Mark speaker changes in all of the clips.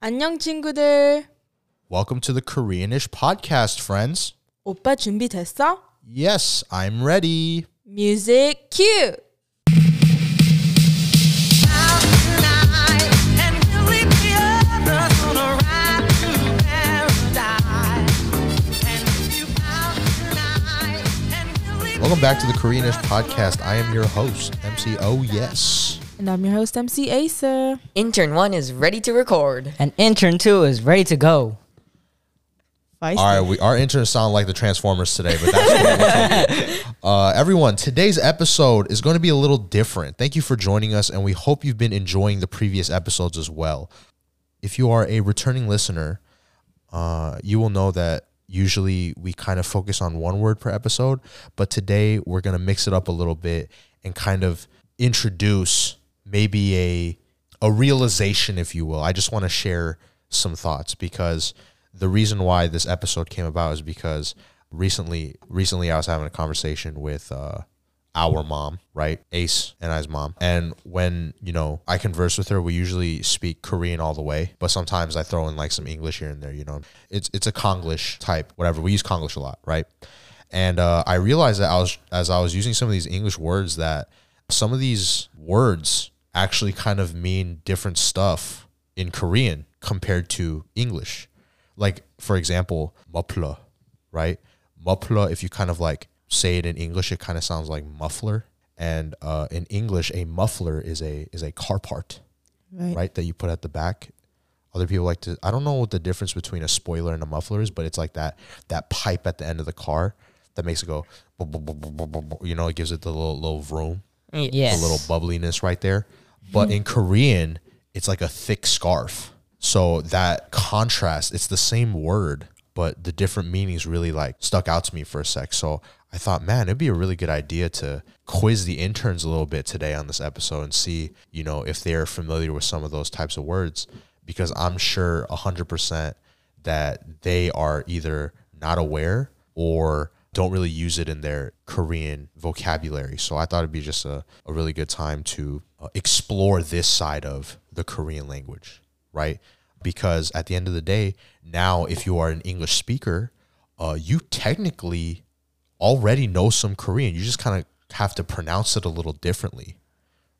Speaker 1: 안녕 친구들.
Speaker 2: Welcome to the Koreanish podcast, friends.
Speaker 1: 오빠 준비됐어?
Speaker 2: Yes, I'm ready.
Speaker 1: Music cue.
Speaker 2: Welcome back to the Koreanish podcast. I am your host, MCO. Yes.
Speaker 1: And I'm your host MC Acer.
Speaker 3: Intern one is ready to record.
Speaker 4: And intern two is ready to go.
Speaker 2: All right, we our interns sound like the Transformers today, but that's what we're uh, everyone. Today's episode is going to be a little different. Thank you for joining us, and we hope you've been enjoying the previous episodes as well. If you are a returning listener, uh, you will know that usually we kind of focus on one word per episode, but today we're going to mix it up a little bit and kind of introduce maybe a a realization if you will. I just want to share some thoughts because the reason why this episode came about is because recently recently I was having a conversation with uh our mom, right? Ace and I's mom. And when, you know, I converse with her, we usually speak Korean all the way, but sometimes I throw in like some English here and there, you know. It's it's a Konglish type, whatever. We use Konglish a lot, right? And uh, I realized that I was as I was using some of these English words that some of these words actually kind of mean different stuff in Korean compared to English. Like for example, mopla right? Muffler, if you kind of like say it in English, it kind of sounds like muffler. And uh, in English, a muffler is a is a car part, right. That you put at the back. Other people like to. I don't know what the difference between a spoiler and a muffler is, but it's like that that pipe at the end of the car that makes it go. bu- bu- bu- bu- bu- bu- bu- You know, it gives it the little little vroom,
Speaker 4: Yes.
Speaker 2: the little bubbliness right there. But in Korean, it's like a thick scarf. So that contrast, it's the same word, but the different meanings really like stuck out to me for a sec. So I thought, man, it'd be a really good idea to quiz the interns a little bit today on this episode and see, you know, if they're familiar with some of those types of words, because I'm sure 100% that they are either not aware or don't really use it in their Korean vocabulary. So I thought it'd be just a, a really good time to uh, explore this side of the Korean language, right? Because at the end of the day, now if you are an English speaker, uh, you technically already know some Korean. You just kind of have to pronounce it a little differently,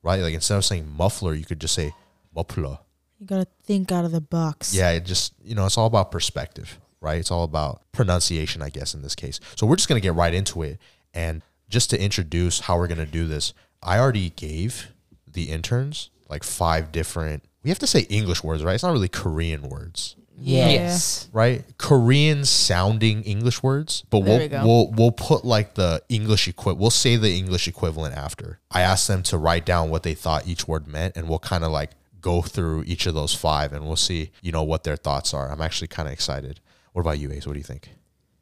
Speaker 2: right? Like instead of saying muffler, you could just say muffler.
Speaker 1: You gotta think out of the box.
Speaker 2: Yeah, it just you know, it's all about perspective, right? It's all about pronunciation, I guess, in this case. So we're just gonna get right into it. And just to introduce how we're gonna do this, I already gave the interns like five different we have to say English words, right? It's not really Korean words,
Speaker 4: Yes.
Speaker 2: right? Korean sounding English words, but
Speaker 1: There
Speaker 2: we'll
Speaker 1: we go.
Speaker 2: we'll we'll put like the English equivalent. We'll say the English equivalent after. I asked them to write down what they thought each word meant, and we'll kind of like go through each of those five, and we'll see you know what their thoughts are. I'm actually kind of excited. What about you, Ace? What do you think?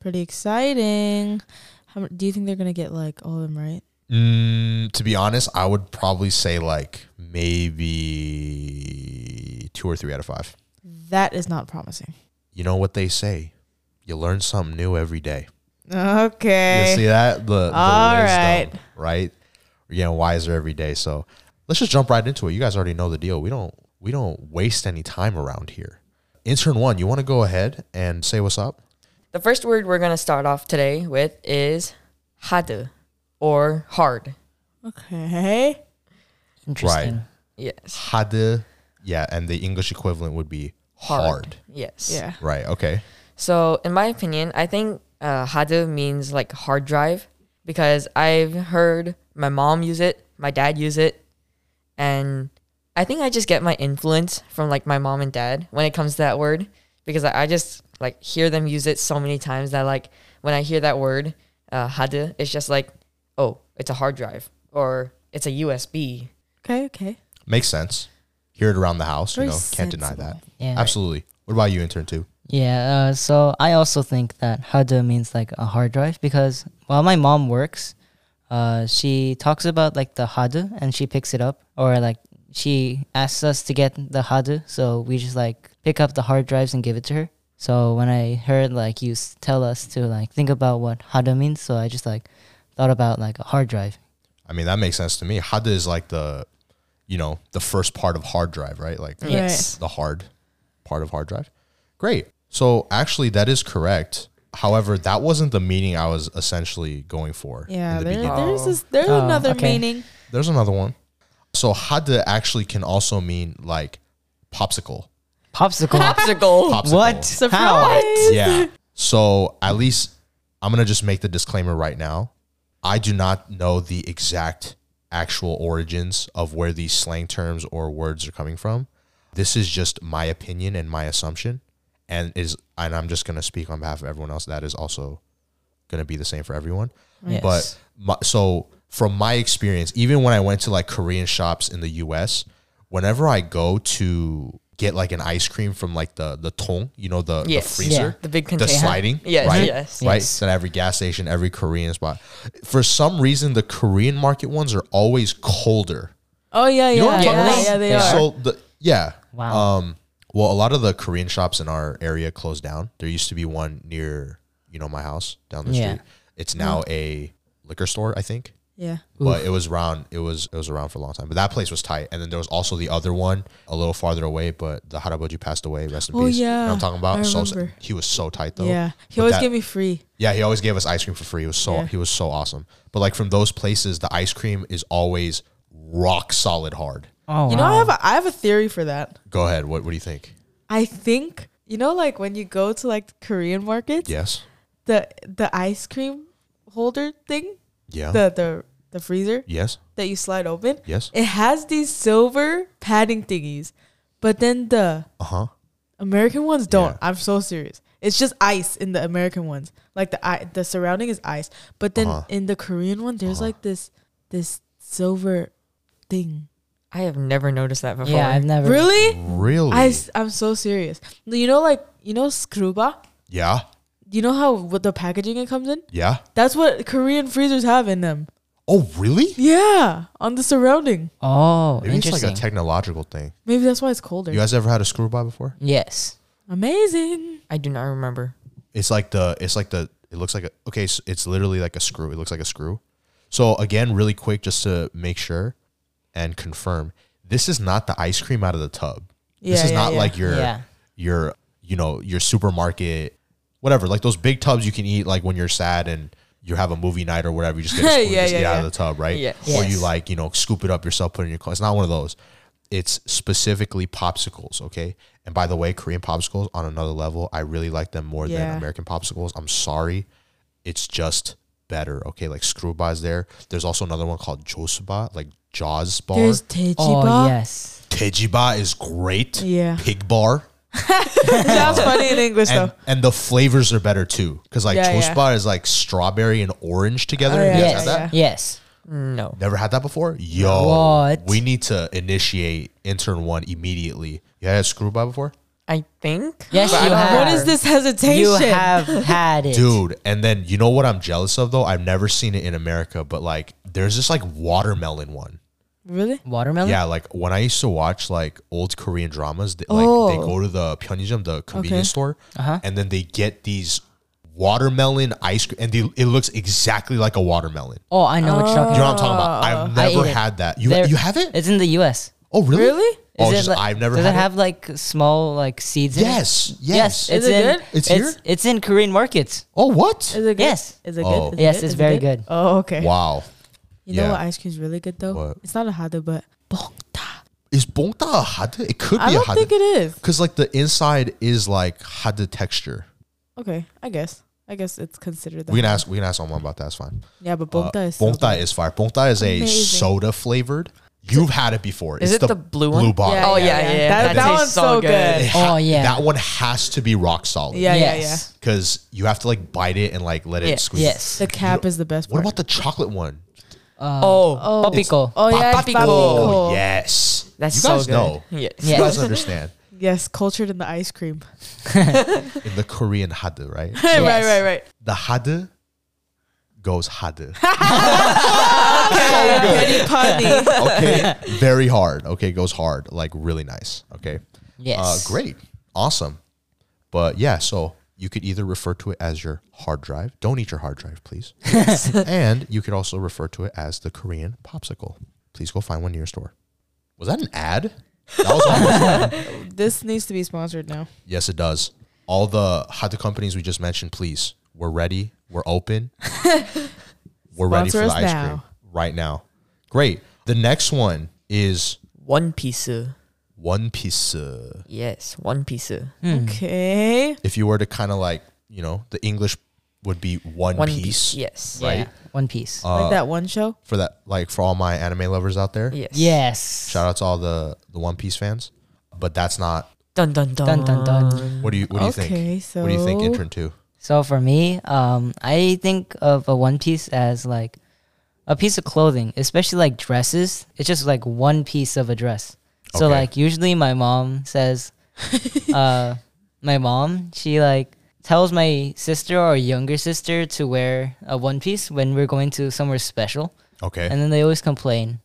Speaker 1: Pretty exciting. How, mu- do you think they're gonna get like all of them right?
Speaker 2: Mm, to be honest, I would probably say like maybe two or three out of five.
Speaker 1: That is not promising.
Speaker 2: You know what they say? You learn something new every day. You
Speaker 1: Okay.
Speaker 2: see that? The, the
Speaker 1: All
Speaker 2: wisdom,
Speaker 1: right.
Speaker 2: right? We're getting wiser every day. So let's just jump right into it. You guys already know the deal. We don't we don't waste any time around here. Intern one, you want to go ahead and say what's up?
Speaker 3: The first word we're gonna start off today with is hard or hard.
Speaker 1: Okay.
Speaker 4: Interesting.
Speaker 3: Yes.
Speaker 2: Hade. Yeah, and the English equivalent would be hard.
Speaker 3: Yes.
Speaker 1: Yeah.
Speaker 2: Right. Okay.
Speaker 3: So in my opinion, I think uh, hard means like hard drive because I've heard my mom use it, my dad use it, and I think I just get my influence from like my mom and dad when it comes to that word because I, I just like hear them use it so many times that like when I hear that word uh, hard, it's just like oh, it's a hard drive or it's a USB.
Speaker 1: Okay. Okay.
Speaker 2: Makes sense. Hear it around the house,
Speaker 1: Very
Speaker 2: you know. Can't deny that.
Speaker 1: sensible.
Speaker 4: Yeah.
Speaker 2: Absolutely. What about you, intern two?
Speaker 4: Yeah. Uh, so I also think that hard means like a hard drive because while my mom works, uh, she talks about like the hard and she picks it up or like she asks us to get the hard, so we just like pick up the hard drives and give it to her. So when I heard like you s- tell us to like think about what hard means, so I just like thought about like a hard drive.
Speaker 2: I mean, that makes sense to me. Hade is like the you know, the first part of hard drive, right? Like
Speaker 1: Yes.
Speaker 2: the hard part of hard drive. Great. So actually, that is correct. However, that wasn't the meaning I was essentially going for. in
Speaker 1: Yeah,
Speaker 2: the
Speaker 1: there,
Speaker 2: beginning.
Speaker 1: there's
Speaker 3: Oh.
Speaker 1: this, there's
Speaker 4: Oh,
Speaker 1: another
Speaker 4: okay.
Speaker 1: meaning.
Speaker 2: There's another one. So hada actually can also mean like popsicle.
Speaker 4: Popsicle.
Speaker 3: Popsicle.
Speaker 2: Popsicle.
Speaker 4: what?
Speaker 1: Surprise!
Speaker 2: Yeah. So at least I'm gonna just make the disclaimer right now. I do not know the exact actual origins of where these slang terms or words are coming from. This is just my opinion and my assumption, and is and I'm just gonna speak on behalf of everyone else. That is also gonna be the same for everyone.
Speaker 4: Yes.
Speaker 2: But my, so from my experience, even when I went to like Korean shops in the U.S., whenever I go to get like an ice cream from like the the tong, you know the,
Speaker 3: Yes.
Speaker 2: the freezer,
Speaker 4: Yeah.
Speaker 3: The big
Speaker 2: the
Speaker 3: container.
Speaker 2: sliding,
Speaker 3: Yes,
Speaker 2: right?
Speaker 3: yes.
Speaker 2: right.
Speaker 4: Yes.
Speaker 2: At every gas station, every Korean spot. For some reason, the Korean market ones are always colder.
Speaker 1: Oh yeah, yeah,
Speaker 2: You know what I'm
Speaker 1: yeah,
Speaker 2: talking about?
Speaker 1: yeah, they
Speaker 4: Yeah.
Speaker 1: are.
Speaker 2: So the yeah.
Speaker 4: Wow.
Speaker 2: Um. Well, a lot of the Korean shops in our area closed down. There used to be one near you know my house down the
Speaker 4: Yeah.
Speaker 2: street. It's now a liquor store, I think.
Speaker 1: yeah,
Speaker 2: But it was around. It was it was around for a long time. But that place was tight. And then there was also the other one a little farther away. But the Haraboji passed away. Rest in
Speaker 1: Oh,
Speaker 2: peace. You know
Speaker 1: yeah.
Speaker 2: what I'm talking about.
Speaker 1: I
Speaker 2: so
Speaker 1: remember.
Speaker 2: he was so tight though.
Speaker 1: yeah. He
Speaker 2: But
Speaker 1: always
Speaker 2: that-
Speaker 1: gave me free.
Speaker 2: yeah, he always gave us ice cream for free. It was so
Speaker 1: Yeah.
Speaker 2: he was so awesome. But like from those places, the ice cream is always rock solid hard.
Speaker 4: Oh,
Speaker 1: You know, I have a, I have a theory for that.
Speaker 2: Go ahead. What what do you think?
Speaker 1: I think you know, like when you go to like Korean markets,
Speaker 2: Yes.
Speaker 1: the the ice cream holder thing,
Speaker 2: Yeah.
Speaker 1: the the the freezer
Speaker 2: yes.
Speaker 1: that you slide open,
Speaker 2: Yes.
Speaker 1: it has these silver padding thingies, but then the
Speaker 2: Uh huh.
Speaker 1: American ones don't.
Speaker 2: Yeah.
Speaker 1: I'm so serious. It's just ice in the American ones. Like the I, the surrounding is ice, but then
Speaker 2: Uh-huh.
Speaker 1: in the Korean one, there's
Speaker 2: Uh-huh.
Speaker 1: like this this silver thing.
Speaker 3: I have never noticed that before.
Speaker 4: yeah, I've never.
Speaker 1: Really?
Speaker 2: Really?
Speaker 1: I am so serious. You know, like you know, scruba.
Speaker 2: yeah.
Speaker 1: You know how with the packaging it comes in?
Speaker 2: Yeah.
Speaker 1: That's what Korean freezers have in them.
Speaker 2: Oh, really?
Speaker 1: Yeah, on the surrounding.
Speaker 4: Oh,
Speaker 2: Maybe it's like
Speaker 4: interesting.
Speaker 2: a technological thing.
Speaker 1: Maybe that's why it's colder.
Speaker 2: You guys ever had a screwball before?
Speaker 4: yes.
Speaker 1: Amazing.
Speaker 3: I do not remember.
Speaker 2: It's like the it's like the it looks like a okay. So it's literally like a screw. It looks like a screw. So again, really quick, just to make sure and confirm, this is not the ice cream out of the tub. this
Speaker 1: Yeah,
Speaker 2: is
Speaker 1: yeah,
Speaker 2: not
Speaker 1: yeah.
Speaker 2: like your
Speaker 4: Yeah.
Speaker 2: your you know your supermarket whatever like those big tubs you can eat like when you're sad and you have a movie night or whatever you just get, a spoon,
Speaker 1: Yeah,
Speaker 2: just
Speaker 1: yeah,
Speaker 2: eat out
Speaker 1: yeah.
Speaker 2: of the tub right
Speaker 3: Yes.
Speaker 2: or you
Speaker 4: Yes.
Speaker 2: like you know scoop it up yourself put it in your car it's not one of those it's specifically popsicles okay and by the way korean popsicles on another level i really like them more
Speaker 1: Yeah.
Speaker 2: than american popsicles i'm sorry it's just better okay like screwball is there there's also another one called josuba like jaws bar
Speaker 1: There's tejiba.
Speaker 4: Oh, yes.
Speaker 2: tejiba is great
Speaker 1: Yeah.
Speaker 2: pig bar
Speaker 1: Sounds funny in English
Speaker 2: and,
Speaker 1: though.
Speaker 2: and the flavors are better too because like
Speaker 1: Yeah,
Speaker 2: yeah,
Speaker 1: yeah.
Speaker 2: is like strawberry and orange together
Speaker 1: Oh,
Speaker 2: You guys
Speaker 1: yeah,
Speaker 2: had
Speaker 4: Yes.
Speaker 2: that?
Speaker 1: yeah.
Speaker 4: Yes.
Speaker 3: No.
Speaker 2: never had that before yo
Speaker 4: What?
Speaker 2: we need to initiate intern one immediately you had a screwball before
Speaker 3: I think.
Speaker 4: Yes,
Speaker 3: but I
Speaker 4: you
Speaker 3: don't
Speaker 4: have.
Speaker 1: What
Speaker 3: remember.
Speaker 1: is this hesitation?
Speaker 4: You have had it.
Speaker 2: dude and then you know what i'm jealous of though i've never seen it in america but like there's this like watermelon one
Speaker 1: really?
Speaker 4: Watermelon?
Speaker 2: yeah like when i used to watch like old korean dramas they, like they
Speaker 1: Oh.
Speaker 2: go to the pyongyang the
Speaker 1: Okay.
Speaker 2: convenience store
Speaker 4: Uh-huh.
Speaker 2: and then they get these watermelon ice cream and they, it looks exactly like a watermelon
Speaker 4: Oh, I know what you're talking
Speaker 2: You know what
Speaker 4: about.
Speaker 2: I'm talking about? I've
Speaker 4: Uh, I
Speaker 2: never
Speaker 4: ate it.
Speaker 2: had that. You
Speaker 4: There-
Speaker 2: you have it?
Speaker 4: It's in the U.S.
Speaker 2: Oh really?
Speaker 1: Really?
Speaker 2: Oh,
Speaker 4: Is it
Speaker 2: just,
Speaker 4: like-
Speaker 2: I've never
Speaker 4: Does
Speaker 2: had
Speaker 4: it have like small like seeds?
Speaker 2: it.
Speaker 4: in it?
Speaker 2: Yes,
Speaker 4: Yes.
Speaker 2: yes.
Speaker 1: Is
Speaker 4: It's
Speaker 1: it
Speaker 4: in.
Speaker 1: good?
Speaker 2: It's here?
Speaker 4: It's in Korean markets.
Speaker 2: oh what?
Speaker 1: Is it good?
Speaker 4: Yes.
Speaker 1: Is it good?
Speaker 2: Oh.
Speaker 1: Is it
Speaker 4: Yes,
Speaker 1: good? Is
Speaker 4: it's
Speaker 1: it
Speaker 4: very good.
Speaker 1: Oh, okay.
Speaker 2: Wow.
Speaker 1: You know
Speaker 2: yeah.
Speaker 1: what ice cream's really good though?
Speaker 2: What?
Speaker 1: It's not a hada, but bongta.
Speaker 2: Is bongta a hada? It could
Speaker 1: I
Speaker 2: be a
Speaker 1: don't think
Speaker 2: hada.
Speaker 1: it is.
Speaker 2: Because like the inside is like hada texture.
Speaker 1: Okay, I guess. I guess it's considered that.
Speaker 2: We can ask we can ask someone about that, it's fine.
Speaker 1: yeah, but
Speaker 2: Uh,
Speaker 1: bongta is. so
Speaker 2: bongta
Speaker 1: good.
Speaker 2: is fire. Bongta is a
Speaker 1: Amazing.
Speaker 2: soda flavored. You've had it before.
Speaker 3: Is
Speaker 2: it's
Speaker 3: it the blue one?
Speaker 2: Blue bottle.
Speaker 3: Oh, yeah, yeah,
Speaker 1: That,
Speaker 3: yeah. That
Speaker 1: that
Speaker 3: tastes
Speaker 1: one's
Speaker 3: so
Speaker 1: so
Speaker 3: good.
Speaker 1: good.
Speaker 2: It ha-
Speaker 4: Oh, yeah.
Speaker 2: That one has to be rock solid.
Speaker 1: Yeah, yeah, yeah.
Speaker 4: yes.
Speaker 2: Because you have to like bite it and like let it
Speaker 3: Yeah.
Speaker 2: squeeze.
Speaker 4: Yes.
Speaker 1: The cap is the best
Speaker 2: What
Speaker 1: part.
Speaker 2: about the chocolate one?
Speaker 3: Oh.
Speaker 1: Oh.
Speaker 4: Papico.
Speaker 1: Oh yeah, it's
Speaker 3: Papico.
Speaker 1: Papico.
Speaker 2: yes.
Speaker 3: That's
Speaker 2: you
Speaker 3: so
Speaker 2: guys
Speaker 3: good.
Speaker 2: know.
Speaker 3: Yes.
Speaker 2: You
Speaker 4: Yes.
Speaker 2: guys understand.
Speaker 1: Yes, cultured in the ice cream.
Speaker 2: In the Korean hada, right?
Speaker 1: Right,
Speaker 4: Yes.
Speaker 1: right, right.
Speaker 2: The hada goes hada.
Speaker 1: Very punny.
Speaker 2: Okay. Very hard. Okay. Goes hard. Like really nice. Okay.
Speaker 4: Yes.
Speaker 2: Uh, great. Awesome. But yeah, so you could either refer to it as your hard drive. Don't eat your hard drive, please. and you could also refer to it as the Korean popsicle. Please go find one near your store. Was that an ad? That was almost
Speaker 1: This needs to be sponsored now.
Speaker 2: Yes, it does. All the hot companies we just mentioned, please. We're ready. We're open. we're ready
Speaker 1: Sponsor
Speaker 2: for the
Speaker 1: us
Speaker 2: ice cream
Speaker 1: now.
Speaker 2: right now. Great. The next one is
Speaker 3: One piece.
Speaker 2: One Piece. uh,
Speaker 3: Yes, one piece.
Speaker 2: Mm.
Speaker 1: Okay.
Speaker 2: If you were to kind of like, you know, the English would be One,
Speaker 3: One
Speaker 2: Piece.
Speaker 3: piece. Yes.
Speaker 2: Right. Uh,
Speaker 4: Yeah, One Piece.
Speaker 1: like that one show.
Speaker 2: For that, like for all my anime lovers out there,
Speaker 3: Yes.
Speaker 4: yes.
Speaker 2: shout out to all the the One Piece fans. But that's not.
Speaker 3: Dun dun dun.
Speaker 4: Dun dun
Speaker 1: Oh.
Speaker 4: dun.
Speaker 2: What do you What do you
Speaker 1: Okay,
Speaker 2: think? What do you think,
Speaker 1: so-
Speaker 2: intern two?
Speaker 4: So for me, um, I think of a one piece as like a piece of clothing, especially like dresses. It's just like one piece of a dress. So
Speaker 2: Okay.
Speaker 4: like usually my mom says, uh, my mom she like tells my sister or younger sister to wear a one piece when we're going to somewhere special,
Speaker 2: Okay.
Speaker 4: and then they always complain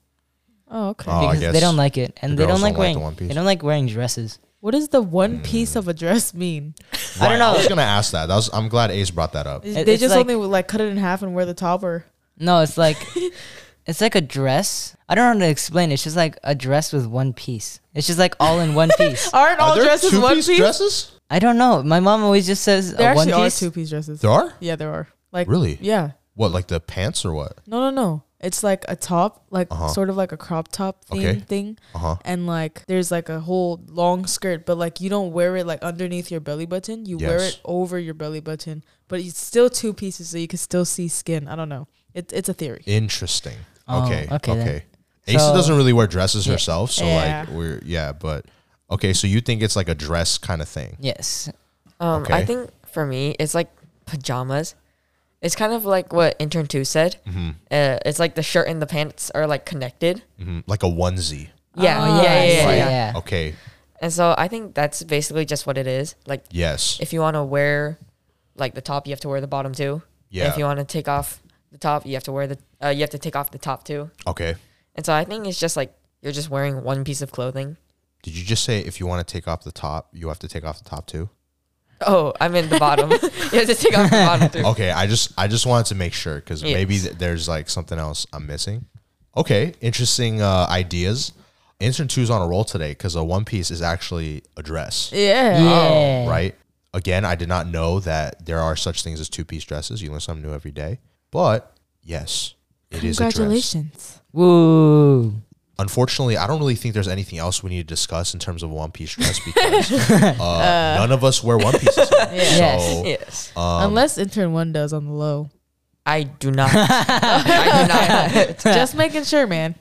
Speaker 1: Oh, okay.
Speaker 2: Oh, I
Speaker 4: because they
Speaker 2: guess
Speaker 4: don't like it and
Speaker 2: the
Speaker 4: they
Speaker 2: girls
Speaker 4: don't like
Speaker 2: don't like the
Speaker 4: wearing
Speaker 2: one piece.
Speaker 4: they don't like wearing dresses.
Speaker 1: What does the
Speaker 2: mm.
Speaker 1: one piece of a dress mean?
Speaker 4: I don't
Speaker 2: Right, I was
Speaker 4: know.
Speaker 2: gonna ask that. That was. I'm glad Ace brought that up.
Speaker 1: They
Speaker 4: it's
Speaker 1: just
Speaker 4: like-
Speaker 1: only like cut it in half and wear the top, or
Speaker 4: No, it's like it's like a dress. I don't know how to explain. it. It's just like a dress with one piece. It's just like all in one piece.
Speaker 1: aren't all
Speaker 2: Are there
Speaker 1: dresses
Speaker 2: two
Speaker 1: one
Speaker 2: piece
Speaker 1: piece?
Speaker 2: dresses?
Speaker 4: I don't know. My mom always just says
Speaker 1: There
Speaker 4: a one
Speaker 1: actually are
Speaker 4: piece.
Speaker 1: two piece dresses.
Speaker 2: There are.
Speaker 1: Yeah, there are. Like
Speaker 2: Really?
Speaker 1: Yeah.
Speaker 2: What, like the pants or what?
Speaker 1: No, no, no. It's like a top, like
Speaker 2: Uh-huh.
Speaker 1: sort of like a crop top theme
Speaker 2: Okay.
Speaker 1: thing,
Speaker 2: Uh huh.
Speaker 1: and like there's like a whole long skirt, but like you don't wear it like underneath your belly button. You wear
Speaker 2: Yes.
Speaker 1: it over your belly button, but it's still two pieces, so you can still see skin. I don't know. It's it's a theory.
Speaker 2: Interesting.
Speaker 4: Oh,
Speaker 2: okay. Okay.
Speaker 4: okay then.
Speaker 2: Asa
Speaker 4: So-
Speaker 2: doesn't really wear dresses herself, so
Speaker 1: Yeah.
Speaker 2: like we're yeah, but okay. So you think it's like a dress kind of thing?
Speaker 4: Yes.
Speaker 3: Um,
Speaker 2: Okay.
Speaker 3: I think for me, it's like pajamas. It's kind of like what intern two said. Uh, it's like the shirt and the pants are like connected.
Speaker 2: hmm Like a onesie.
Speaker 1: Oh,
Speaker 3: Yeah, yeah, yeah,
Speaker 1: I
Speaker 3: yeah,
Speaker 1: see.
Speaker 3: yeah.
Speaker 4: Yeah.
Speaker 2: Okay.
Speaker 3: And so I think that's basically just what it is. Like
Speaker 2: Yes.
Speaker 3: if you want to wear like the top, you have to wear the bottom too. And
Speaker 2: Yeah.
Speaker 3: if you want to take off the top, you have to wear the uh, you have to take off the top too.
Speaker 2: Okay.
Speaker 3: And so I think it's just like you're just wearing one piece of clothing.
Speaker 2: Did you just say if you want to take off the top, you have to take off the top too?
Speaker 3: Oh, I'm in the bottom. you have to take off the bottom too.
Speaker 2: Okay. I just I just wanted to make sure because maybe
Speaker 3: Yes.
Speaker 2: th- there's like something else I'm missing. Okay. Interesting uh, ideas. Intern two's on a roll today because a one piece is actually a dress.
Speaker 1: Yeah.
Speaker 2: Oh.
Speaker 4: Yeah.
Speaker 2: right? Again, I did not know that there are such things as two piece dresses. You learn something new every day. But yes, it is a dress.
Speaker 1: Congratulations.
Speaker 4: Woo.
Speaker 2: Unfortunately, I don't really think there's anything else we need to discuss in terms of one piece dress because uh, none of us wear one um, pieces.
Speaker 1: Yeah.
Speaker 4: Yes.
Speaker 2: So,
Speaker 3: Yes.
Speaker 1: Unless intern one does on the low.
Speaker 3: I do not. I do not.
Speaker 1: Just making sure, man.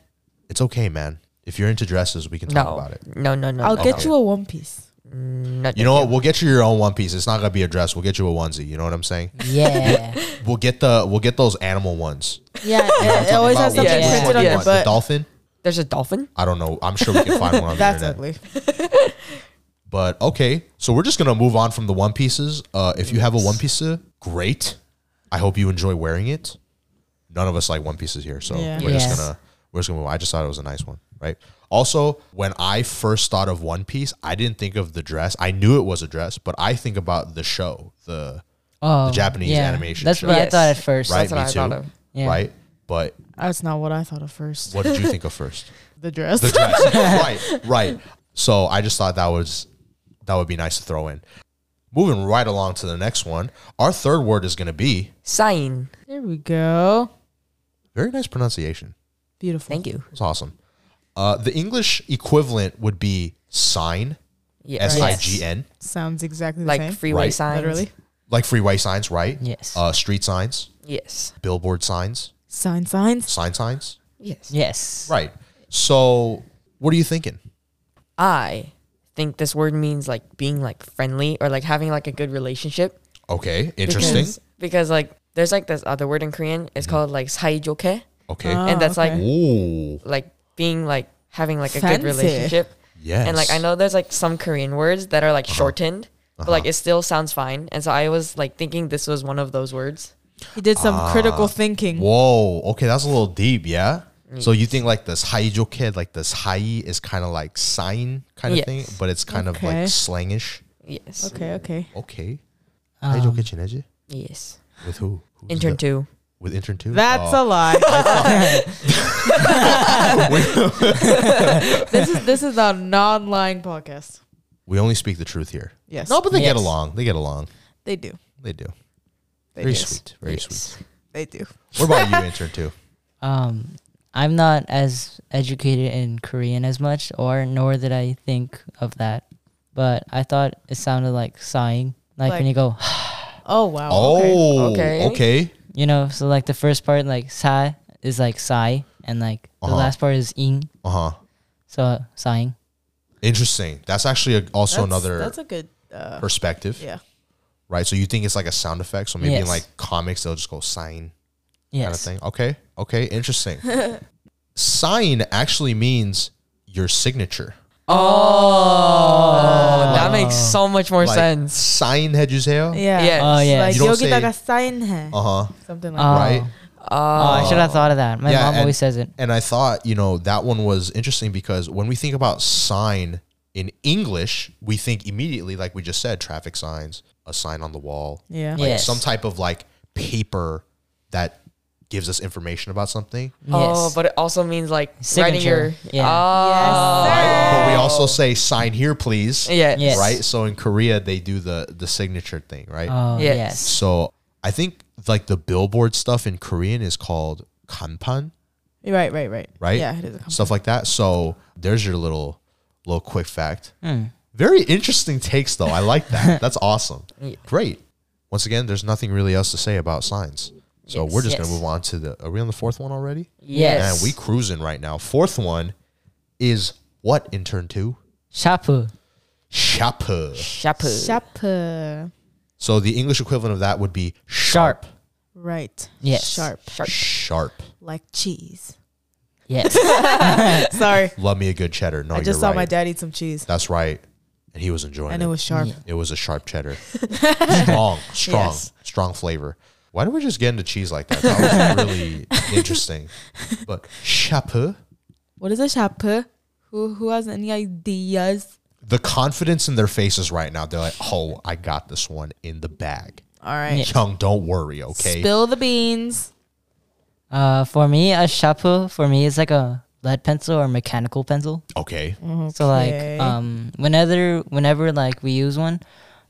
Speaker 2: it's okay, man. If you're into dresses, we can talk
Speaker 3: No.
Speaker 2: about it.
Speaker 3: No, no, no.
Speaker 1: I'll
Speaker 3: no,
Speaker 1: get
Speaker 2: Okay.
Speaker 1: you a one piece.
Speaker 3: no,
Speaker 2: You know what? We'll get you your own one piece. It's not gonna be a dress. We'll get you a onesie. You know what I'm saying?
Speaker 4: Yeah.
Speaker 2: We'll get the we'll get those animal ones.
Speaker 1: Yeah,
Speaker 2: You know what I'm
Speaker 1: it,
Speaker 2: talking
Speaker 1: always
Speaker 2: about?
Speaker 1: has
Speaker 2: We'll
Speaker 1: something
Speaker 2: get
Speaker 3: yeah.
Speaker 2: which
Speaker 1: printed
Speaker 2: one
Speaker 1: on
Speaker 2: you
Speaker 1: your
Speaker 2: want. The
Speaker 1: butt.
Speaker 2: dolphin?
Speaker 3: There's a dolphin?
Speaker 2: I don't know. I'm sure we can find one on the
Speaker 1: That's
Speaker 2: internet.
Speaker 1: ugly.
Speaker 2: But okay, so we're just gonna move on from the one pieces. Uh, if you have a one piece, uh, great. I hope you enjoy wearing it. None of us like one pieces here, so
Speaker 1: Yeah.
Speaker 2: we're just
Speaker 4: Yes.
Speaker 2: gonna we're just gonna move. on. I just thought it was a nice one, right? Also, when I first thought of One Piece, I didn't think of the dress. I knew it was a dress, but I think about the show, the
Speaker 4: Oh.
Speaker 2: Japanese
Speaker 4: yeah.
Speaker 2: animation
Speaker 4: That's
Speaker 2: show.
Speaker 4: what I
Speaker 3: Yes.
Speaker 4: thought at first.
Speaker 2: right,
Speaker 3: that's what I thought of.
Speaker 4: Yeah.
Speaker 2: right. But
Speaker 1: That's not what I thought of first.
Speaker 2: what did you think of first?
Speaker 1: The dress.
Speaker 2: The dress, right, right. So I just thought that was that would be nice to throw in. Moving right along to the next one, our third word is going to be
Speaker 3: Sign.
Speaker 1: there we go.
Speaker 2: very nice pronunciation.
Speaker 1: Beautiful.
Speaker 3: Thank you.
Speaker 2: It's awesome. Uh, the English equivalent would be sign,
Speaker 3: Yeah.
Speaker 2: S I G N,
Speaker 1: Sounds exactly the
Speaker 3: Like
Speaker 1: same.
Speaker 3: freeway
Speaker 2: Right.
Speaker 3: signs.
Speaker 1: Literally.
Speaker 2: like freeway signs, right?
Speaker 4: Yes.
Speaker 2: Uh, street signs,
Speaker 3: Yes.
Speaker 2: billboard signs,
Speaker 1: Sign signs.
Speaker 2: sign signs,
Speaker 3: Yes.
Speaker 4: Yes.
Speaker 2: right? So, what are you thinking?
Speaker 3: I think this word means like being like friendly or like having like a good relationship.
Speaker 2: Okay, interesting. Mm-hmm.
Speaker 3: Because, because like there's like this other word in Korean. It's called like saijoke.
Speaker 2: okay.
Speaker 1: Uh,
Speaker 3: and that's
Speaker 1: okay.
Speaker 3: like
Speaker 2: Ooh,
Speaker 3: like being like having like a
Speaker 1: Fancy.
Speaker 3: good relationship.
Speaker 2: yes. Uh-huh.
Speaker 3: And like I know there's like some Korean words that are like shortened, but like it still sounds fine. And so I was like thinking this was one of those words.
Speaker 1: He did some
Speaker 2: Ah.
Speaker 1: critical thinking.
Speaker 2: Whoa. Okay, that's a little deep, yeah? So you think like this haijo kid, like this hai is kind of like sign kind of
Speaker 3: Yes.
Speaker 2: thing, but it's kind of
Speaker 1: Okay.
Speaker 2: like slangish.
Speaker 3: Yes.
Speaker 1: Okay, okay. Um,
Speaker 4: Um,
Speaker 2: Okay. Haijo kitchen, is it?
Speaker 3: Yes.
Speaker 2: With who? Who's
Speaker 3: Intern
Speaker 2: the-
Speaker 3: two.
Speaker 2: with intern two.
Speaker 1: That's
Speaker 2: Oh.
Speaker 1: a lie. this is this is a non-lying podcast.
Speaker 2: we only speak the truth here.
Speaker 1: Yes.
Speaker 2: No, but they get
Speaker 3: Yes.
Speaker 2: along. They get along.
Speaker 1: They do.
Speaker 2: They do.
Speaker 1: They
Speaker 2: very
Speaker 1: do.
Speaker 2: sweet. Very sweet.
Speaker 3: Yes.
Speaker 1: They do.
Speaker 2: What about you, intern two?
Speaker 4: Um, I'm not as educated in Korean as much, or nor did I think of that. But I thought it sounded like sighing, like,
Speaker 1: Like-
Speaker 4: when you go,
Speaker 1: Oh wow. okay.
Speaker 2: Oh, okay.
Speaker 3: Okay.
Speaker 4: you know. So like the first part, like sa is like sigh, and like the
Speaker 2: Uh-huh.
Speaker 4: last part is ing,
Speaker 2: Uh huh.
Speaker 4: so uh, sighing.
Speaker 2: Interesting. That's actually a, also
Speaker 1: That's-
Speaker 2: another
Speaker 1: That's a good. Uh,
Speaker 2: perspective,
Speaker 1: yeah.
Speaker 2: right? So you think it's like a sound effect. So maybe in
Speaker 4: Yes.
Speaker 2: like comics, they'll just go sign
Speaker 4: Yes.
Speaker 2: kind of thing. Okay. Okay. Interesting. sign actually means your signature.
Speaker 3: Oh, that
Speaker 4: Like-
Speaker 3: makes so much more
Speaker 2: Like,
Speaker 3: sense.
Speaker 2: Sign 해주세요.
Speaker 1: Yeah.
Speaker 3: Yes.
Speaker 4: Oh yeah.
Speaker 1: Like
Speaker 2: You don't
Speaker 1: 여기다가
Speaker 2: say-
Speaker 1: sign 해.
Speaker 2: Uh huh.
Speaker 1: Something like
Speaker 4: Oh.
Speaker 2: Right.
Speaker 4: Oh,
Speaker 3: Uh,
Speaker 4: I should have thought of that. My
Speaker 2: Yeah,
Speaker 4: mom
Speaker 2: and-
Speaker 4: always says it.
Speaker 2: And I thought, you know, that one was interesting because when we think about sign in English, we think immediately, like we just said, traffic signs, a sign on the wall,
Speaker 1: that. Yeah.
Speaker 2: like
Speaker 4: Yes.
Speaker 2: some type of like paper that gives us information about something.
Speaker 3: Oh,
Speaker 4: yes.
Speaker 3: but it also means like
Speaker 4: Signature.
Speaker 3: writing your.
Speaker 4: Yeah.
Speaker 3: Oh.
Speaker 2: But we also say sign here, please.
Speaker 3: Yes.
Speaker 4: Yes.
Speaker 2: Right? So in Korea they do the the signature thing, right?
Speaker 4: oh
Speaker 3: Yes.
Speaker 4: yes.
Speaker 2: so I think like the billboard stuff in Korean is called kanpan.
Speaker 1: Right. Right. Right.
Speaker 2: right?
Speaker 1: Yeah. It is a company.
Speaker 2: stuff like that. So there's your little little quick fact.
Speaker 4: Hmm.
Speaker 2: Very interesting takes though. I like that. That's awesome. Great. Once again, there's nothing really else to say about signs. So
Speaker 3: Yes,
Speaker 2: we're just
Speaker 3: yes.
Speaker 2: gonna move on to the. Are we on the fourth one already?
Speaker 3: Yes.
Speaker 2: Man, we cruising right now. Fourth one is what in turn two?
Speaker 4: Shapu.
Speaker 2: Shapu.
Speaker 3: Shapu.
Speaker 1: Sharp, uh,
Speaker 2: So the English equivalent of that would be
Speaker 4: Sharp.
Speaker 2: sharp.
Speaker 1: Right.
Speaker 4: Yes.
Speaker 1: Sharp.
Speaker 2: Sharp.
Speaker 1: Like cheese.
Speaker 4: Yes.
Speaker 1: Sorry.
Speaker 2: Love me a good cheddar. No,
Speaker 1: I just
Speaker 2: you're
Speaker 1: saw
Speaker 2: right.
Speaker 1: my dad eat some cheese,
Speaker 2: That's right. And he was enjoying
Speaker 1: and
Speaker 2: it.
Speaker 1: it was sharp.
Speaker 4: Yeah.
Speaker 2: It was a sharp cheddar. strong, strong,
Speaker 1: Yes.
Speaker 2: strong flavor. Why did we just get into cheese like that? That was really interesting. But chapeau,
Speaker 1: What is a sharp? Who who has any ideas?
Speaker 2: the confidence in their faces right now, they're like, oh, I got this one in the bag.
Speaker 1: All right.
Speaker 2: Chung, don't worry, okay?
Speaker 1: Spill the beans.
Speaker 4: Uh, for me, a shapu for me is like a lead pencil or mechanical pencil.
Speaker 2: okay.
Speaker 4: Mm-hmm.
Speaker 1: Okay.
Speaker 4: So like, um, whenever whenever like we use one,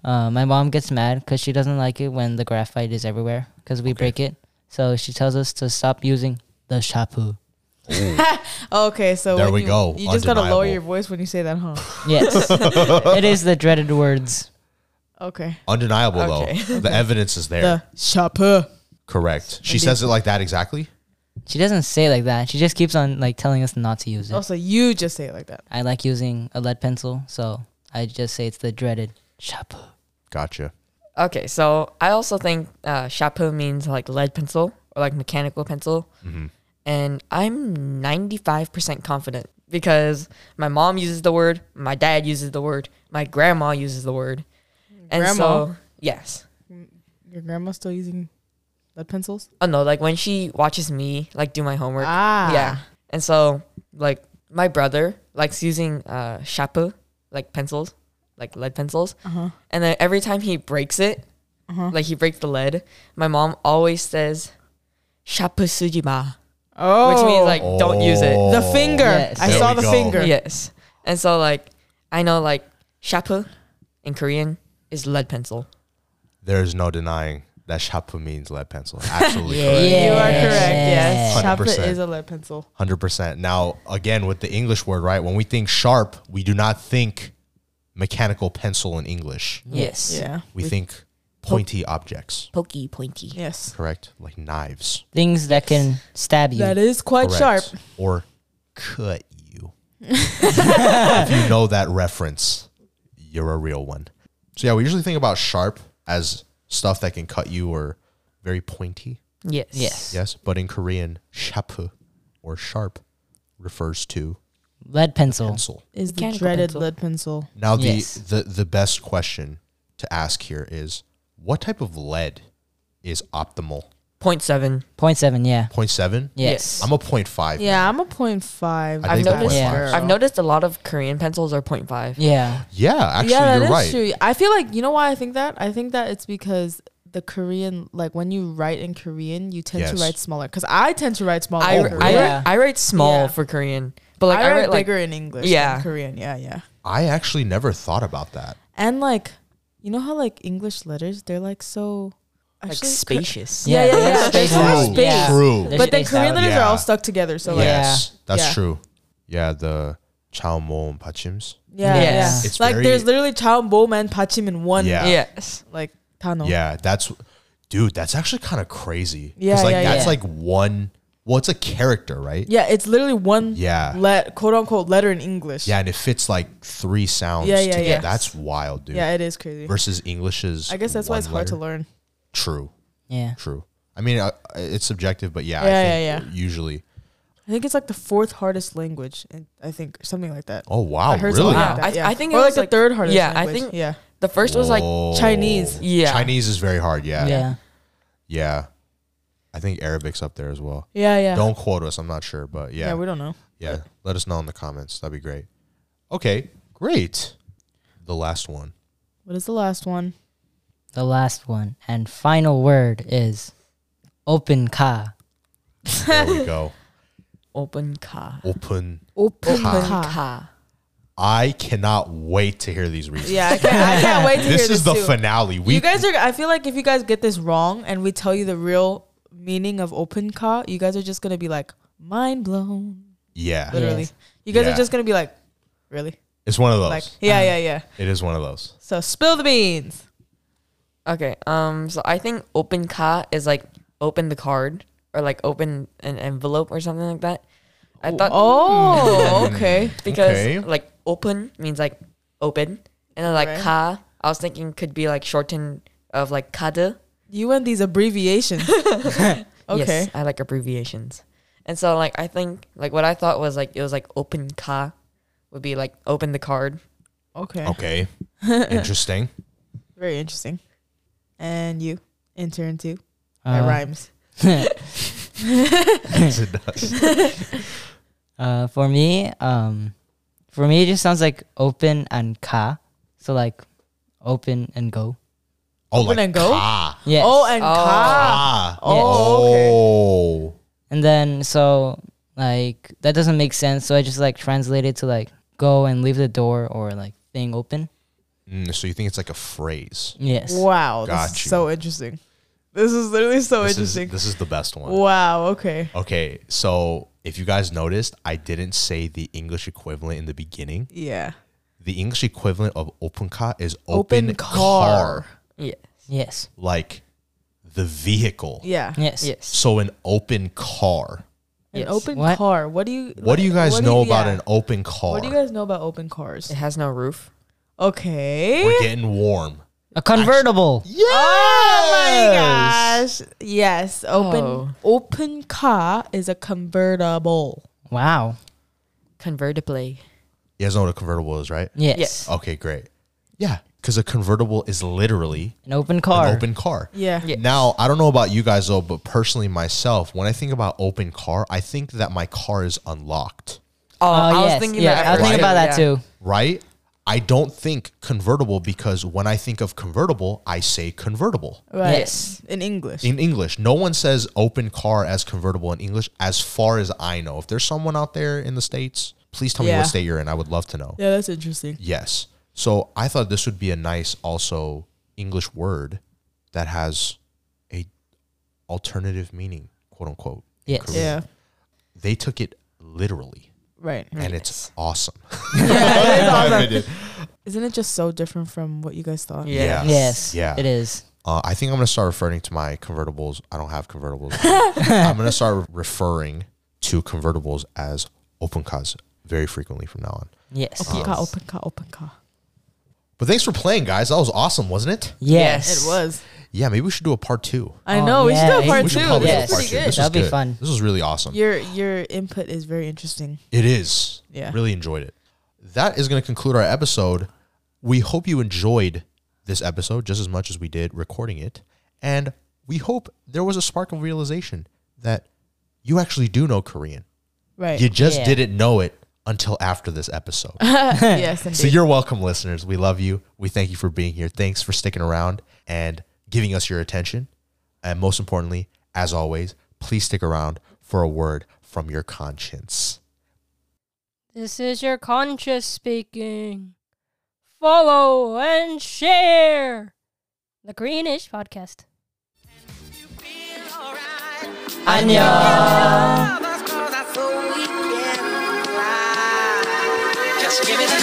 Speaker 4: uh, my mom gets mad because she doesn't like it when the graphite is everywhere because we break it. So she tells us to stop using the shapu.
Speaker 1: Okay, so
Speaker 2: There
Speaker 1: when
Speaker 2: we
Speaker 1: you,
Speaker 2: go.
Speaker 1: You just gotta lower
Speaker 2: Undeniable.
Speaker 1: your voice when you say that, huh?
Speaker 4: Yes, it is the dreaded words.
Speaker 1: Okay.
Speaker 2: Undeniable,
Speaker 1: Okay.
Speaker 2: though. The evidence is there.
Speaker 1: The chapeau.
Speaker 2: Correct. She says it like that exactly.
Speaker 4: She doesn't say it like that. She just keeps on like telling us not to use it.
Speaker 1: Also, you just say it like that.
Speaker 4: I like using a lead pencil, so I just say it's the dreaded shapu.
Speaker 2: Gotcha.
Speaker 3: Okay, so I also think uh, shapu means like lead pencil or like mechanical pencil. And I'm 95% confident because my mom uses the word, my dad uses the word, my grandma uses the word. And
Speaker 1: Grandma?
Speaker 3: so, yes.
Speaker 1: Your grandma's still using lead pencils?
Speaker 3: Oh no, like when she watches me like do my homework.
Speaker 1: Ah.
Speaker 3: Yeah. And so, like, my brother likes using uh, shapu, like pencils, like lead pencils.
Speaker 1: Uh-huh.
Speaker 3: And then every time he breaks it,
Speaker 1: Uh-huh.
Speaker 3: like he breaks the lead, my mom always says, shapu sujima,
Speaker 1: Oh.
Speaker 3: which means like, don't use it.
Speaker 1: the finger.
Speaker 4: Yes.
Speaker 1: I
Speaker 2: Oh. There
Speaker 1: saw
Speaker 2: we
Speaker 1: the
Speaker 2: go.
Speaker 1: finger.
Speaker 3: Yes. And so, like, I know, like, shapu in Korean is lead pencil.
Speaker 2: There is no denying that chapeau means lead pencil. Absolutely. correct.
Speaker 1: You are correct.
Speaker 4: Yes.
Speaker 1: Yes. Chapeau
Speaker 2: 100%.
Speaker 1: is a lead pencil.
Speaker 2: Hundred percent. Now, again, with the English word, right? When we think sharp, we do not think mechanical pencil in English.
Speaker 3: Yes.
Speaker 1: Yeah.
Speaker 2: We think pointy objects,
Speaker 3: Pokey, pointy.
Speaker 1: Yes.
Speaker 2: correct? Like knives.
Speaker 4: Things that can stab you.
Speaker 1: That is quite sharp.
Speaker 2: correct? Or cut you. if you know that reference, you're a real one. So yeah, we usually think about sharp as stuff that can cut you or very pointy.
Speaker 3: Yes.
Speaker 4: Yes.
Speaker 2: Yes, but in Korean, shapu or sharp refers to
Speaker 4: Lead pencil.
Speaker 2: pencil.
Speaker 1: Is the
Speaker 3: Mechanical
Speaker 1: dreaded
Speaker 3: pencil.
Speaker 1: lead pencil.
Speaker 2: Now the,
Speaker 4: Yes.
Speaker 2: the the best question to ask here is what type of lead is optimal?
Speaker 3: Point seven.
Speaker 4: Point seven. Yeah.
Speaker 2: 0.7?
Speaker 4: Yes.
Speaker 2: I'm a 0.5.
Speaker 1: Yeah, I'm a point five.
Speaker 2: I
Speaker 3: I've
Speaker 2: think the
Speaker 3: noticed.
Speaker 4: point
Speaker 1: five.
Speaker 3: I've noticed a lot of Korean pencils are point five.
Speaker 4: Yeah.
Speaker 2: Yeah, actually
Speaker 1: yeah, that
Speaker 2: you're
Speaker 1: is
Speaker 2: right.
Speaker 1: true. I feel like you know why I think that. I think that it's because the Korean like when you write in Korean, you tend to
Speaker 2: Yes.
Speaker 1: write smaller because I tend to write smaller.
Speaker 3: I,
Speaker 1: in
Speaker 2: Oh,
Speaker 1: Korean.
Speaker 3: I,
Speaker 4: Yeah.
Speaker 3: I write small
Speaker 1: Yeah.
Speaker 3: for Korean, but like
Speaker 1: I write
Speaker 3: like
Speaker 1: bigger in English. Yeah,
Speaker 3: Yeah.
Speaker 1: than Korean. Yeah, yeah.
Speaker 2: I actually never thought about that.
Speaker 1: And like, you know how like English letters they're like so
Speaker 3: like
Speaker 1: actually, Kor-
Speaker 3: spacious.
Speaker 1: Yeah, yeah,
Speaker 4: they're
Speaker 1: yeah.
Speaker 4: spaced
Speaker 1: There's so
Speaker 4: out.
Speaker 1: much space.
Speaker 4: Yeah.
Speaker 2: True.
Speaker 4: They're
Speaker 1: But then
Speaker 4: spaced
Speaker 1: Korean
Speaker 4: out.
Speaker 1: letters
Speaker 2: Yeah.
Speaker 1: are all stuck together, so like
Speaker 4: Yeah.
Speaker 2: Yes, that's
Speaker 1: Oh, Yeah.
Speaker 2: true. Yeah, the chao mom pachims.
Speaker 1: yeah,
Speaker 3: Yes.
Speaker 1: yeah.
Speaker 2: It's
Speaker 1: like
Speaker 2: very-
Speaker 1: there's literally Chaum Bom and Pachim in one
Speaker 2: Yeah.
Speaker 3: Yes.
Speaker 1: like tunnel.
Speaker 2: Yeah, that's dude. That's actually kind of crazy. 'Cause,
Speaker 1: Yeah,
Speaker 2: like
Speaker 1: yeah,
Speaker 2: that's
Speaker 4: yeah.
Speaker 2: like one. Well, it's a character, right?
Speaker 1: Yeah, it's literally one
Speaker 2: Yeah.
Speaker 1: let quote unquote letter in English.
Speaker 2: Yeah, and it fits like three sounds.
Speaker 1: Yeah, yeah,
Speaker 2: together.
Speaker 1: yeah.
Speaker 2: That's wild, dude.
Speaker 1: Yeah, it is crazy.
Speaker 2: Versus English's.
Speaker 1: I guess that's why
Speaker 2: one
Speaker 1: it's hard to
Speaker 2: letter.
Speaker 1: learn.
Speaker 2: True.
Speaker 4: Yeah.
Speaker 2: True. I mean, uh, it's subjective, but yeah,
Speaker 1: Yeah,
Speaker 2: I
Speaker 1: yeah,
Speaker 2: think
Speaker 1: yeah.
Speaker 2: usually.
Speaker 1: I think it's like the fourth hardest language, and I think or something like that.
Speaker 2: Oh wow,
Speaker 1: I heard
Speaker 2: really?
Speaker 1: something like
Speaker 3: Wow.
Speaker 1: that.
Speaker 3: I-
Speaker 1: yeah.
Speaker 3: I think
Speaker 1: or
Speaker 3: it
Speaker 1: like
Speaker 3: was,
Speaker 1: the
Speaker 3: like-
Speaker 1: third hardest.
Speaker 3: yeah, I
Speaker 1: language.
Speaker 3: think-
Speaker 1: yeah,
Speaker 3: The first was like
Speaker 2: Whoa.
Speaker 1: Chinese.
Speaker 3: Yeah.
Speaker 2: Chinese is very hard. Yeah. Yeah.
Speaker 4: Yeah.
Speaker 2: I think Arabic's up there as well.
Speaker 1: yeah, yeah.
Speaker 2: Don't quote us. I'm not sure, but
Speaker 1: yeah.
Speaker 2: yeah.
Speaker 1: we don't know.
Speaker 2: Yeah. Let us know in the comments. That'd be great. Okay. Great. The last one.
Speaker 1: What is the last one?
Speaker 4: The last one and final word is open ka.
Speaker 2: There we go.
Speaker 3: open ka.
Speaker 2: Open.
Speaker 1: Open
Speaker 3: ka.
Speaker 2: I cannot wait to hear these reasons.
Speaker 1: Yeah, I can't, I can't wait to hear
Speaker 2: This
Speaker 1: this
Speaker 2: is the
Speaker 1: too.
Speaker 2: finale. We
Speaker 1: you guys are. I feel like if you guys get this wrong and we tell you the real meaning of open car, you guys are just gonna be like mind blown.
Speaker 2: yeah.
Speaker 1: Literally,
Speaker 4: Yes.
Speaker 1: you guys
Speaker 2: Yeah.
Speaker 1: are just gonna be like, really?
Speaker 2: It's one of those.
Speaker 1: Like, yeah, yeah, yeah.
Speaker 2: it is one of those.
Speaker 1: So spill the beans.
Speaker 3: Okay. Um. So I think open ka is like open the card or like open an envelope or something like that. I thought
Speaker 1: Oh, okay.
Speaker 3: because
Speaker 2: Okay.
Speaker 3: like open means like open, and then like
Speaker 1: Right.
Speaker 3: ka. I was thinking could be like shortened of like kada.
Speaker 1: You and these abbreviations. okay.
Speaker 3: Yes, I like abbreviations. And so like I think like what I thought was like it was like open ka would be like open the card.
Speaker 4: Oh.
Speaker 1: Okay.
Speaker 2: Okay. Interesting.
Speaker 1: Very interesting. And you, intern too. That
Speaker 4: Uh,
Speaker 1: rhymes.
Speaker 2: Yes, it does.
Speaker 4: uh, for me, um, for me, it just sounds like open and ka. So like open and go.
Speaker 2: Oh,
Speaker 1: Open
Speaker 2: like
Speaker 1: and go?
Speaker 2: ka.
Speaker 4: Yes.
Speaker 1: Oh, and
Speaker 3: Oh.
Speaker 1: ka.
Speaker 2: Ah.
Speaker 1: Oh, okay.
Speaker 2: Oh.
Speaker 4: And then so like that doesn't make sense. So I just like translate it to like go and leave the door or like thing open.
Speaker 2: Mm, so you think it's like a phrase?
Speaker 4: Yes.
Speaker 1: Wow.
Speaker 2: Got
Speaker 1: this
Speaker 2: you.
Speaker 1: is so interesting. This is literally so
Speaker 2: this
Speaker 1: interesting.
Speaker 2: is this is the best one.
Speaker 1: wow. Okay.
Speaker 2: Okay, so if you guys noticed, I didn't say the English equivalent in the beginning.
Speaker 1: Yeah.
Speaker 2: The English equivalent of open car is
Speaker 1: Open
Speaker 2: open, car.
Speaker 1: car.
Speaker 3: Yeah.
Speaker 4: Yes.
Speaker 2: like the vehicle.
Speaker 1: Yeah.
Speaker 4: Yes.
Speaker 3: Yes.
Speaker 2: So an open car.
Speaker 1: An
Speaker 3: Yes.
Speaker 1: open
Speaker 4: What?
Speaker 1: car. What do you
Speaker 2: What do you guys
Speaker 1: what
Speaker 2: know about
Speaker 1: yeah.
Speaker 2: an open car?
Speaker 1: What do you guys know about open cars?
Speaker 3: It has no roof.
Speaker 1: Okay.
Speaker 2: We're getting warm.
Speaker 4: A convertible.
Speaker 2: Yeah.
Speaker 1: Oh my gosh. Yes. Open
Speaker 3: Oh.
Speaker 1: open car is a convertible.
Speaker 4: Wow.
Speaker 3: Convertible.
Speaker 2: You guys know what a convertible is, right?
Speaker 4: Yes.
Speaker 3: Yes.
Speaker 2: Okay, great. Yeah, because a convertible is literally
Speaker 4: An open car.
Speaker 2: an open car.
Speaker 1: Yeah.
Speaker 3: Yeah.
Speaker 2: Now, I don't know about you guys though, but personally myself, when I think about open car, I think that my car is unlocked,
Speaker 3: Oh,
Speaker 4: Oh,
Speaker 3: I was
Speaker 4: yes.
Speaker 3: thinking
Speaker 4: yeah,
Speaker 3: that.
Speaker 4: I was thinking about that too.
Speaker 2: right? I don't think convertible because when I think of convertible, I say convertible.
Speaker 1: Right.
Speaker 4: Yes.
Speaker 1: In English.
Speaker 2: In English, no one says open car as convertible in English, as far as I know. If there's someone out there in the States, please tell me
Speaker 1: Yeah.
Speaker 2: what state you're in. I would love to know.
Speaker 1: yeah, that's interesting.
Speaker 2: Yes. So I thought this would be a nice also English word that has a alternative meaning, quote unquote. in
Speaker 4: Yes.
Speaker 2: Korean.
Speaker 1: Yeah.
Speaker 2: They took it literally
Speaker 1: Right.
Speaker 2: and it's awesome.
Speaker 1: Isn't it just so different from what you guys thought?
Speaker 3: Yeah.
Speaker 2: Yeah.
Speaker 4: Yes.
Speaker 2: Yeah.
Speaker 4: It is.
Speaker 2: Uh, I think I'm gonna start referring to my convertibles. I don't have convertibles. I'm gonna start referring to convertibles as open cars very frequently from now on.
Speaker 4: Yes.
Speaker 1: Open car, open car, open car.
Speaker 2: But thanks for playing, guys. That was awesome, wasn't it?
Speaker 4: Yes.
Speaker 1: It was.
Speaker 2: Yeah, maybe we should do a part two.
Speaker 1: I
Speaker 4: Oh,
Speaker 1: know. We
Speaker 4: yeah,
Speaker 1: should do a
Speaker 4: we
Speaker 1: part
Speaker 2: We
Speaker 1: two.
Speaker 2: should probably
Speaker 1: This
Speaker 4: Yes.
Speaker 2: do a
Speaker 1: is
Speaker 2: part
Speaker 1: pretty
Speaker 2: two.
Speaker 1: good.
Speaker 2: This was
Speaker 4: That'd be
Speaker 2: good.
Speaker 4: fun.
Speaker 2: This was really awesome.
Speaker 1: Your your input is very interesting.
Speaker 2: It is.
Speaker 1: Yeah.
Speaker 2: Really enjoyed it. That is going to conclude our episode. We hope you enjoyed this episode just as much as we did recording it. And we hope there was a spark of realization that you actually do know Korean.
Speaker 1: Right.
Speaker 2: You just
Speaker 4: Yeah.
Speaker 2: didn't know it until after this episode.
Speaker 1: yes, indeed.
Speaker 2: so you're welcome, listeners. We love you. We thank you for being here. Thanks for sticking around. And giving us your attention. And most importantly, as always, please stick around for a word from your conscience.
Speaker 5: This is your conscious speaking. Follow and share the Greenish Podcast.
Speaker 3: 안녕.
Speaker 6: Just give it